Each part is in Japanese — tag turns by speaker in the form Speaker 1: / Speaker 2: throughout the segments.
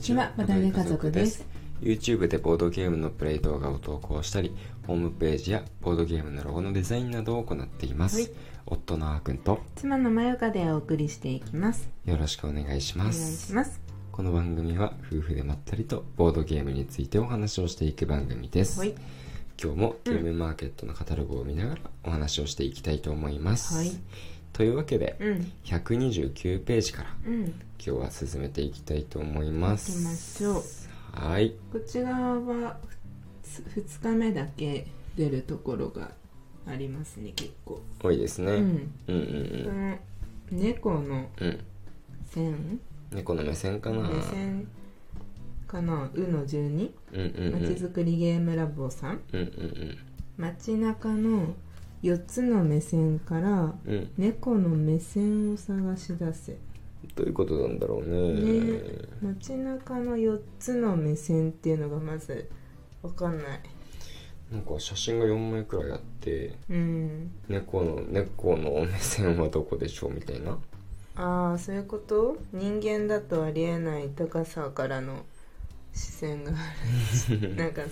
Speaker 1: ちはバタイヤ家族です
Speaker 2: YouTube でボードゲームのプレイ動画を投稿したりホームページやボードゲームのロゴのデザインなどを行っています、
Speaker 1: はい
Speaker 2: 夫のあーくんと
Speaker 1: 妻のまゆかでお送りしていきます
Speaker 2: よろしくお願いし
Speaker 1: お
Speaker 2: ま
Speaker 1: 願い
Speaker 2: す
Speaker 1: します
Speaker 2: この番組は夫婦でまったりとボードゲームについてお話をしていく番組です、
Speaker 1: はい
Speaker 2: 今日もゲームマーケットのカタログを見ながらお話をしていきたいと思います、
Speaker 1: はい
Speaker 2: というわけで
Speaker 1: うん
Speaker 2: 129ページから
Speaker 1: うん
Speaker 2: 今日は進めていきたいと思いま
Speaker 1: 行きますしょう
Speaker 2: はい
Speaker 1: こちらは2日目だけ出るところがありますね結構
Speaker 2: 多いですね、
Speaker 1: うん
Speaker 2: うんうん
Speaker 1: この猫の
Speaker 2: うんうん
Speaker 1: 線
Speaker 2: 猫の目線かな
Speaker 1: 目線かな「う」の12
Speaker 2: うんうんう
Speaker 1: ま
Speaker 2: ん
Speaker 1: ちづくりゲームラボさん
Speaker 2: うんうん
Speaker 1: 街中の4つの目線から
Speaker 2: うんうん
Speaker 1: 猫の目線を探し出せ
Speaker 2: どういうことなんだろうね
Speaker 1: ね街中の4つの目線っていうのがまず分かんない
Speaker 2: なんか写真が4枚くらいあって
Speaker 1: うん
Speaker 2: 猫の猫の目線はどこでしょうみたいな
Speaker 1: ああそういうこと人間だとありえない高さからの視線があ るなんか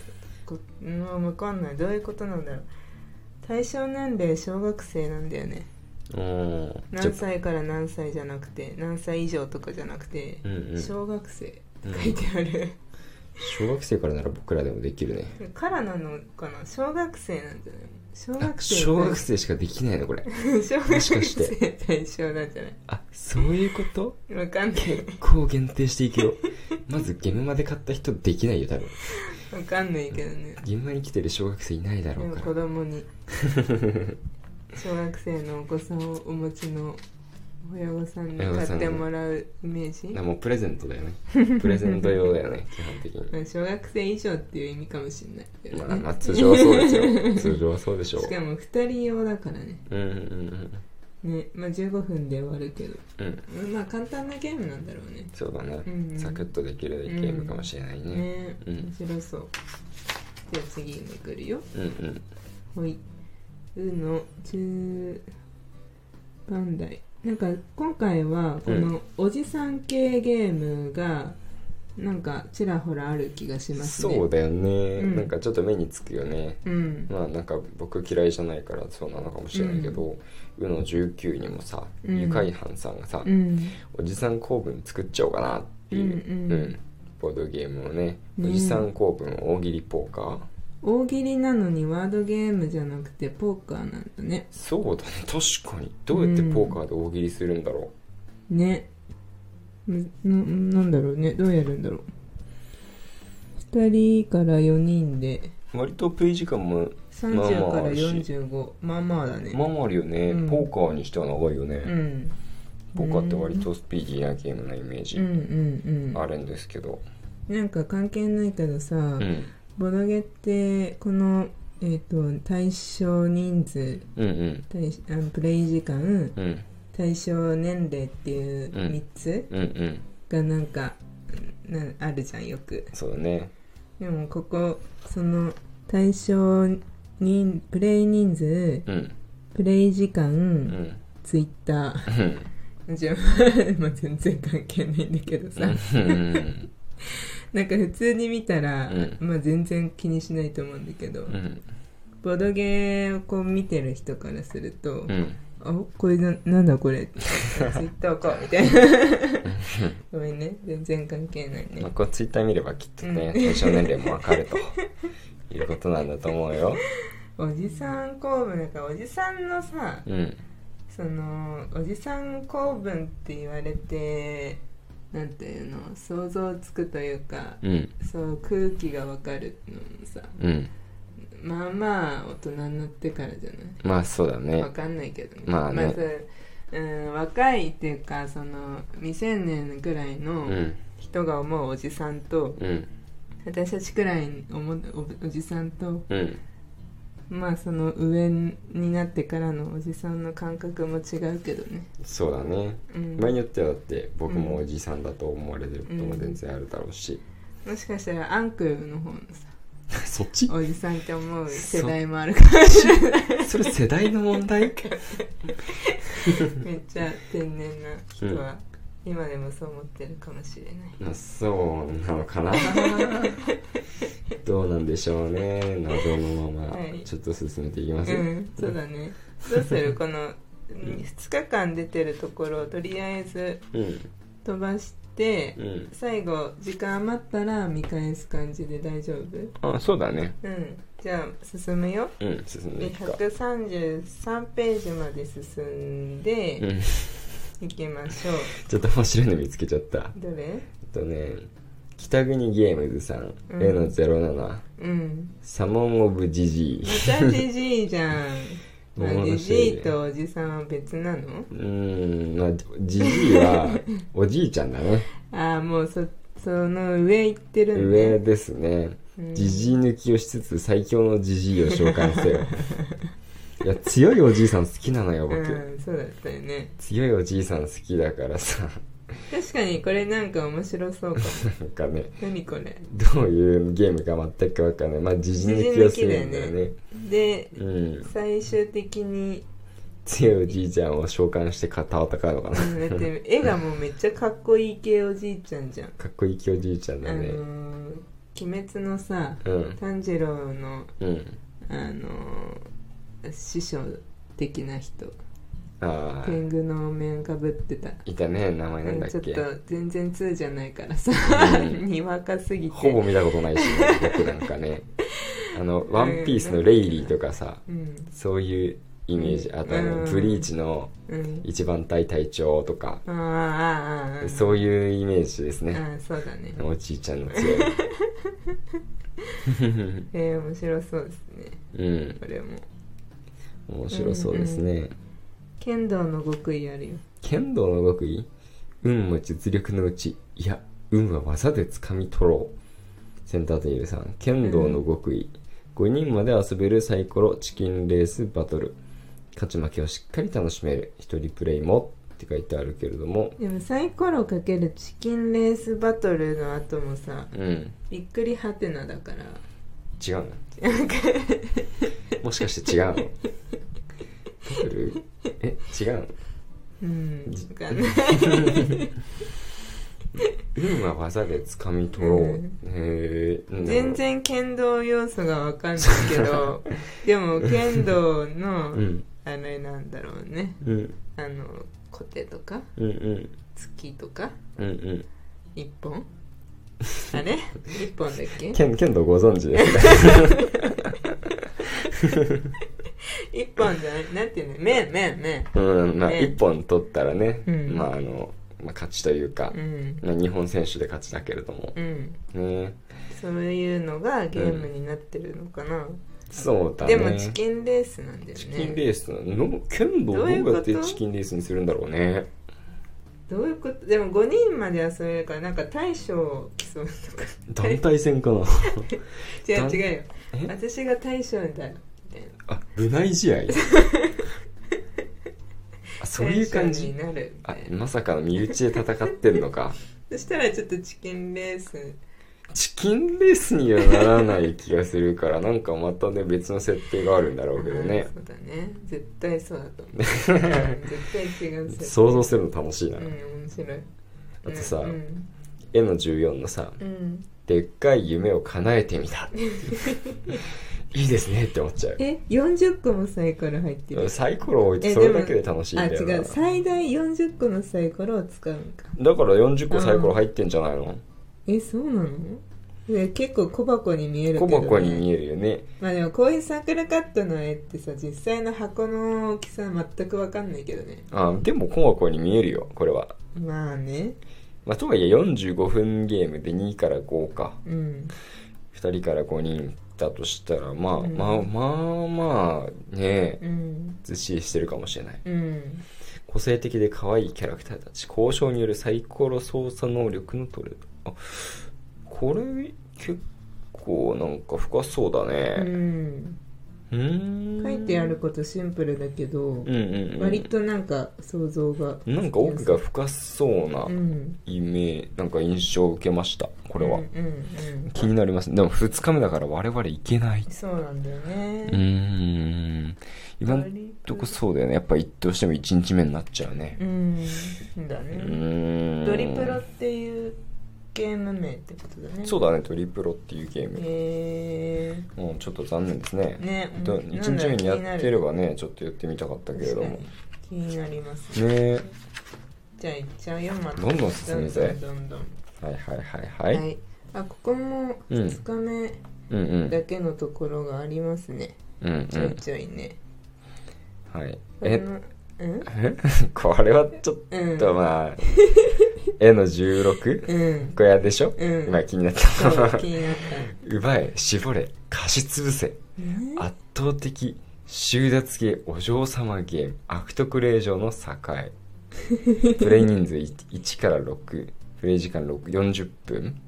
Speaker 1: こうん分かんないどういうことなんだろう対象年齢小学生なんだよね
Speaker 2: うんじゃ
Speaker 1: 何歳から何歳じゃなくて何歳以上とかじゃなくて、
Speaker 2: うんうん
Speaker 1: 小学生って書いてある、
Speaker 2: 小学生からなら僕らでもできるね
Speaker 1: からなのかな小学生なんじゃない小
Speaker 2: あ
Speaker 1: 学生
Speaker 2: 小学生しかできないのこれ
Speaker 1: 小
Speaker 2: も
Speaker 1: 学
Speaker 2: しかし
Speaker 1: 生対象なんじゃない
Speaker 2: あそういうこと
Speaker 1: 分かんない
Speaker 2: こう限定していく よまずゲームまで買った人できないよ多分
Speaker 1: 分かんないけどね
Speaker 2: 現場に来てる小学生いないだ
Speaker 1: で
Speaker 2: ろう
Speaker 1: も
Speaker 2: か
Speaker 1: 子
Speaker 2: ら
Speaker 1: 供に小学生のお子さんをお持ちの親御さんに買ってもらうイメージ
Speaker 2: だからもうプレゼントだ よねプレゼント用だよね基本的
Speaker 1: ま
Speaker 2: に
Speaker 1: あ小学生以上っていう意味かもしれないけど
Speaker 2: まあ
Speaker 1: ね、
Speaker 2: ま あ通常はそうですよ通常はそうでしょう
Speaker 1: しかも2人用だからね
Speaker 2: うんうんうん
Speaker 1: ねまあ15分で終わるけど
Speaker 2: うん
Speaker 1: まあ簡単なゲームなんだろうね
Speaker 2: そうだね、
Speaker 1: うんうん
Speaker 2: サクッとできるゲームかもしれないね、
Speaker 1: ね
Speaker 2: うん
Speaker 1: 面白そうじゃあ次めくるよ
Speaker 2: うん、うん
Speaker 1: ほい「う」の10番台なんか今回はこのおじさん系ゲームがなんかちらほらある気がしますね
Speaker 2: そうだよね、
Speaker 1: うん
Speaker 2: なんかちょっと目につくよね
Speaker 1: うん
Speaker 2: まあなんか僕嫌いじゃないからそうなのかもしれないけど「うの19」にもさ
Speaker 1: うん
Speaker 2: 湯海藩さんがさ、
Speaker 1: うん
Speaker 2: おじさん構文作っちゃおうかなっていう、
Speaker 1: うんうん
Speaker 2: ボードゲームをね
Speaker 1: ね
Speaker 2: おじさん構文大喜利ポーカー
Speaker 1: 大喜利なのにワードゲームじゃなくてポーカーなんだね
Speaker 2: そうだね確かにどうやってポーカーで大喜利するんだろ
Speaker 1: ねむななんだろうねどうやるんだろう2人から4人で
Speaker 2: う、割とプレイ時間も
Speaker 1: 30から
Speaker 2: まあまああるし
Speaker 1: 45まあまあだね
Speaker 2: まあまああるよね、
Speaker 1: うん
Speaker 2: ポーカーにしては長いよね、
Speaker 1: うん
Speaker 2: ポーカーって割とスピーディーなゲームなイメー
Speaker 1: うん
Speaker 2: ジ
Speaker 1: うん
Speaker 2: あるんですけど
Speaker 1: うんなんか関係ないけどさ、
Speaker 2: うん、
Speaker 1: ボドゲってこの、えー、と対象人数
Speaker 2: うんうん
Speaker 1: 対あのプレイ時間
Speaker 2: うん
Speaker 1: 対象年齢ってい
Speaker 2: う
Speaker 1: う
Speaker 2: ん
Speaker 1: 3つ
Speaker 2: うんうん
Speaker 1: がなんか、なあるじゃんよく
Speaker 2: そうだね
Speaker 1: でもここその対象人プレイ人数
Speaker 2: うん
Speaker 1: プレイ時間、
Speaker 2: うん
Speaker 1: ツイッタ
Speaker 2: うん
Speaker 1: ーじゃあまあ全然関係ないんだけどさ、
Speaker 2: うん
Speaker 1: なんか普通に見たら、
Speaker 2: うん
Speaker 1: まあ全然気にしないと思うんだけど、
Speaker 2: うん
Speaker 1: ボドゲーをこう見てる人からすると
Speaker 2: う
Speaker 1: 「
Speaker 2: ん
Speaker 1: あこれななん だこれ」ツイッターか」みたいなごめんね全然関係ない
Speaker 2: まあ、
Speaker 1: ね
Speaker 2: こうツイッター見ればきっと
Speaker 1: う
Speaker 2: ね
Speaker 1: ん
Speaker 2: 対象年齢もわかるということなんだと思うよ
Speaker 1: おじさん公文なんかおじさんのさ
Speaker 2: うん
Speaker 1: そのおじさん公文って言われてなんていうの想像つくというか
Speaker 2: うん
Speaker 1: そう空気がわかるのもさ
Speaker 2: うん
Speaker 1: まあまあ大人になってからじゃない
Speaker 2: まあそうだね
Speaker 1: わかんないけどね
Speaker 2: まあね
Speaker 1: まずうん、若いっていうかその未成年ぐらいうの
Speaker 2: ん
Speaker 1: 人が思うおじさんと、
Speaker 2: うん
Speaker 1: 私たちくらいに思うおおじさんと
Speaker 2: うん
Speaker 1: まあその上になってからのおじさんの感覚も違うけどね、
Speaker 2: そうだね
Speaker 1: うん、
Speaker 2: 場合によってはだって僕も
Speaker 1: うん
Speaker 2: おじさんだと思われてることも全然あるだろうし、
Speaker 1: もしかしたらアンクルの方のさ
Speaker 2: そっち
Speaker 1: おじさんって思う世
Speaker 2: そ
Speaker 1: 代もあるから
Speaker 2: それ世代の問題
Speaker 1: めっちゃ天然な人は、今でもそう思ってるかもしれない
Speaker 2: まあそうなのか などうなんでしょうね謎のまま
Speaker 1: はい
Speaker 2: ちょっと進めていきます、
Speaker 1: うんそうだねどうするこの2日間出てるところをとりあえず
Speaker 2: うん
Speaker 1: 飛ばして
Speaker 2: うん
Speaker 1: 最後時間余ったら見返す感じで大丈夫
Speaker 2: あそうだね
Speaker 1: うんじゃあ進むよ
Speaker 2: うん進んでい
Speaker 1: で
Speaker 2: くか
Speaker 1: 133ページまで進ん
Speaker 2: う
Speaker 1: で
Speaker 2: ん
Speaker 1: いきましょう、
Speaker 2: ちょっと面白いの見つけちゃった
Speaker 1: どれ
Speaker 2: えっとね北国ゲームズさん、
Speaker 1: うん
Speaker 2: 例の07
Speaker 1: うん
Speaker 2: サモン・オブ・ジジ
Speaker 1: またじじいじゃんまあ
Speaker 2: もう
Speaker 1: じ
Speaker 2: 面白いね
Speaker 1: じいとおじさんは別なの
Speaker 2: イうーんまあジジイ はおじいちゃんだね
Speaker 1: ああもうそその上行ってるん
Speaker 2: 上
Speaker 1: で
Speaker 2: ですね
Speaker 1: うん
Speaker 2: ジジイ抜きをしつつ最強のジジイを召喚せ よいや強いおじいさん好きなのよ僕、
Speaker 1: うんそうだったよね
Speaker 2: 強いおじいさん好きだからさ
Speaker 1: 確かにこれなんか面白そうかも
Speaker 2: なんかね
Speaker 1: 何これ
Speaker 2: どういうゲームか全くわかんないまあジジイ抜きをするんだよね
Speaker 1: で
Speaker 2: うん
Speaker 1: 最終的に、
Speaker 2: 強いおじいちゃんを召喚して肩を戦うのかな
Speaker 1: うん だって絵がもうめっちゃかっこいい系おじいちゃんじゃん、
Speaker 2: かっこいいきおじいちゃんだ
Speaker 1: あの
Speaker 2: ね
Speaker 1: ー鬼滅のさ
Speaker 2: うん
Speaker 1: 炭治郎の
Speaker 2: うん
Speaker 1: あのー師匠的な人
Speaker 2: ああ
Speaker 1: 天狗のお面かぶってた
Speaker 2: いたね名前なんだ
Speaker 1: ちょ
Speaker 2: っ
Speaker 1: っ
Speaker 2: け
Speaker 1: と全然通じゃないからさ、
Speaker 2: う
Speaker 1: にわかすぎて
Speaker 2: ほぼ見たことないし、ね、僕なんかねあの「ワンピースのレイリーとかさ
Speaker 1: うん
Speaker 2: そういうイメージあとあの
Speaker 1: うん
Speaker 2: ブリーチの
Speaker 1: うん
Speaker 2: 一番隊隊長とか
Speaker 1: あーあーあー
Speaker 2: そう
Speaker 1: い
Speaker 2: いうイメージです
Speaker 1: う
Speaker 2: ね
Speaker 1: あーそうだね
Speaker 2: おじいちゃんの強い
Speaker 1: えー、面白そうですね
Speaker 2: うん
Speaker 1: これも
Speaker 2: 面白そうですね
Speaker 1: 剣道の極意あるよ
Speaker 2: 剣道の極意運も実力のうちいや運は技で掴み取ろうセンターテイルさん剣道の極意、5人まで遊べるサイコロチキンレースバトル勝ち負けをしっかり楽しめる一人プレイもって書いてあるけれども
Speaker 1: でもサイコロかけるチキンレースバトルの後もさ
Speaker 2: うん
Speaker 1: びっくりハテナだから
Speaker 2: 違うのもしかして違うのバトルえ違うの
Speaker 1: うん
Speaker 2: じ
Speaker 1: わかんない
Speaker 2: 運は技で掴み取ろう、
Speaker 1: うん
Speaker 2: へえ
Speaker 1: 全然剣道要素がわかんないけどでも剣道の
Speaker 2: うん
Speaker 1: あれなんだろうね
Speaker 2: うん
Speaker 1: あのコテとか
Speaker 2: うんうん
Speaker 1: 月とか
Speaker 2: うんうん
Speaker 1: 一本あれ一本だっけ
Speaker 2: 剣剣道ご存知ですか
Speaker 1: 一本じゃないなんていうの面面面
Speaker 2: うんまあ
Speaker 1: ね
Speaker 2: 一本取ったらね、
Speaker 1: うん
Speaker 2: まああの、まあ、勝ちというか
Speaker 1: う、ん
Speaker 2: まあ、日本選手で勝ちだけれども、
Speaker 1: うん
Speaker 2: ね
Speaker 1: そういうのがゲームになってるのかな、
Speaker 2: そうだね
Speaker 1: でもチキンレースなんだよね
Speaker 2: チキンレースの剣道
Speaker 1: ど
Speaker 2: ど
Speaker 1: ういうこ
Speaker 2: うや
Speaker 1: と
Speaker 2: ってチキンレースにするんだろうね
Speaker 1: どういうことでも5人まで遊べるからなんか大将を競うとか
Speaker 2: 団体戦かな
Speaker 1: 違う違うよ
Speaker 2: え
Speaker 1: 私が大将だよみたいな
Speaker 2: あ部内試合 あそういう感
Speaker 1: 大将
Speaker 2: じ
Speaker 1: になるみた
Speaker 2: あ
Speaker 1: いな
Speaker 2: まさかの身内で戦ってんのか
Speaker 1: そしたらちょっとチキンレース
Speaker 2: チキンレースにはならない気がするから なんかまたね別の設定があるんだろうけどね
Speaker 1: あーそうだね絶対そうだと 思う絶対違う
Speaker 2: 想像
Speaker 1: す
Speaker 2: するの楽しいな、
Speaker 1: るうん面白い
Speaker 2: あとさ
Speaker 1: うん
Speaker 2: 絵の14のさ
Speaker 1: うん
Speaker 2: 「でっかい夢を叶えてみた」 いいですねって思っちゃう
Speaker 1: え40個もサイコロ入ってる
Speaker 2: サイコロ置いて
Speaker 1: え
Speaker 2: それだけで楽しいん
Speaker 1: あ
Speaker 2: だよな
Speaker 1: 違う最大40個のサイコロを使うんか
Speaker 2: だから40個サイコロ入ってんじゃないの
Speaker 1: えそうなのえ結構小箱に見えるけ
Speaker 2: 小
Speaker 1: ど、ね、
Speaker 2: 箱に見えるよね
Speaker 1: まあでもこういう桜カットの絵ってさ実際の箱の大きさ全く分かんないけどね
Speaker 2: あでも小箱に見えるよこれは、
Speaker 1: まあね
Speaker 2: まあ、とはいえ45分ゲームで2から5か
Speaker 1: うん
Speaker 2: 2人から5人だとしたらまあ、
Speaker 1: うん
Speaker 2: まあまあまあね
Speaker 1: うん
Speaker 2: ずっしりしてるかもしれない
Speaker 1: うん
Speaker 2: 個性的で可愛いキャラクターたち交渉によるサイコロ操作能力のトレードあこれ結構なんか深そうだ
Speaker 1: う
Speaker 2: ね
Speaker 1: ん
Speaker 2: うーん
Speaker 1: 書いてあることシンプルだけど
Speaker 2: うんうん、うん、
Speaker 1: 割となんか想像が
Speaker 2: なんか奥が深そうな
Speaker 1: うん
Speaker 2: イメージなんか印象を受けましたこれは、
Speaker 1: うんうんうん
Speaker 2: 気になりますでも2日目だから我々行けない
Speaker 1: そうなんだよね
Speaker 2: うーん今んとこそうだよねやっぱ一どうしても1日目になっちゃうね
Speaker 1: うんだ
Speaker 2: う
Speaker 1: ね、
Speaker 2: ーん
Speaker 1: ドリプロっていうゲーム名ってことだね
Speaker 2: そううだねドリプロっていうゲーム
Speaker 1: へえ
Speaker 2: もうちょっと残念ですね
Speaker 1: ね
Speaker 2: ど
Speaker 1: うん
Speaker 2: 1日目にやってればねちょっとやってみたかったけれども
Speaker 1: 確か
Speaker 2: ね
Speaker 1: に気になります
Speaker 2: え
Speaker 1: じゃあいっちゃうよまた
Speaker 2: どんどん進めて
Speaker 1: どんどんどん
Speaker 2: はいはいはい
Speaker 1: ど
Speaker 2: は
Speaker 1: ん
Speaker 2: い、
Speaker 1: はいあここも
Speaker 2: うん
Speaker 1: 2日目
Speaker 2: うんうん
Speaker 1: だけのところがありますね、
Speaker 2: うんうん
Speaker 1: ちょいちょいね
Speaker 2: はい
Speaker 1: こ
Speaker 2: え
Speaker 1: のうん
Speaker 2: これはちょっとま あ絵の16
Speaker 1: うん
Speaker 2: 小屋でしょ、
Speaker 1: うん
Speaker 2: 今気になっ
Speaker 1: そう
Speaker 2: た
Speaker 1: 気になっ
Speaker 2: 奪え絞れ貸し潰せ
Speaker 1: たね
Speaker 2: 圧倒的収奪系お嬢様ゲーム悪徳令嬢の栄プレイ人数1から6プレイ時間6 40分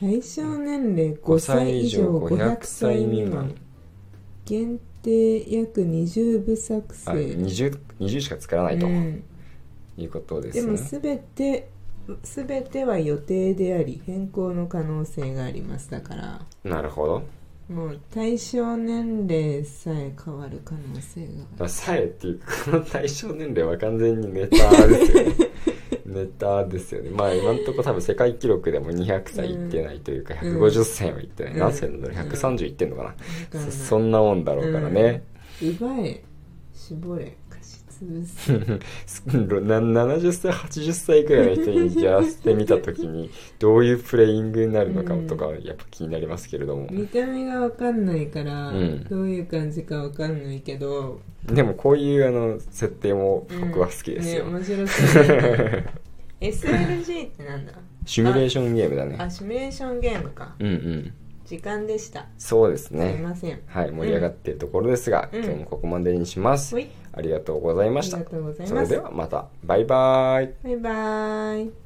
Speaker 1: 対象年齢5歳以上500歳未満限定約20部作
Speaker 2: あ
Speaker 1: 成
Speaker 2: 20, 20しか作らないと
Speaker 1: うん
Speaker 2: いうことで
Speaker 1: ですも
Speaker 2: ね、
Speaker 1: 全て全ては予定であり変更の可能性がありますだから
Speaker 2: なるほど
Speaker 1: もう対象年齢さえ変わる可能
Speaker 2: だ
Speaker 1: 性
Speaker 2: か
Speaker 1: が
Speaker 2: らさえっていうかこの対象年齢は完全にネタですよ ねネタですよねまあ今んとこ多分世界記録でも200歳いってないというか、
Speaker 1: うん
Speaker 2: 150歳はいってない、
Speaker 1: うん
Speaker 2: 何歳なんだろう130いってんのかな、
Speaker 1: あ
Speaker 2: そ
Speaker 1: る
Speaker 2: そんなもんだろうからね、
Speaker 1: 奪え絞れ貸し潰す
Speaker 2: な70歳80歳くらいの人にやらせてみた時にどういうプレイングになるのかとかやっぱ気になりますけれども、
Speaker 1: 見た目が分かんないから、
Speaker 2: うん
Speaker 1: どういう感じか分かんないけど
Speaker 2: でもこういうあの設定も僕は好きですよ、
Speaker 1: うんね、面白そうね SLG ってなんだ
Speaker 2: シミュレーションゲームだね
Speaker 1: あシミュレーションゲームか
Speaker 2: うんうん
Speaker 1: 時間でした
Speaker 2: そうです
Speaker 1: すい
Speaker 2: ね
Speaker 1: ません
Speaker 2: はい盛り上がっているところですが、
Speaker 1: うん
Speaker 2: 今日もここまでにします、
Speaker 1: ほい
Speaker 2: ありがとうござい
Speaker 1: あ
Speaker 2: まし
Speaker 1: り
Speaker 2: た
Speaker 1: がとうござい
Speaker 2: それ
Speaker 1: ます
Speaker 2: ではまたバイバイ
Speaker 1: バイバーイ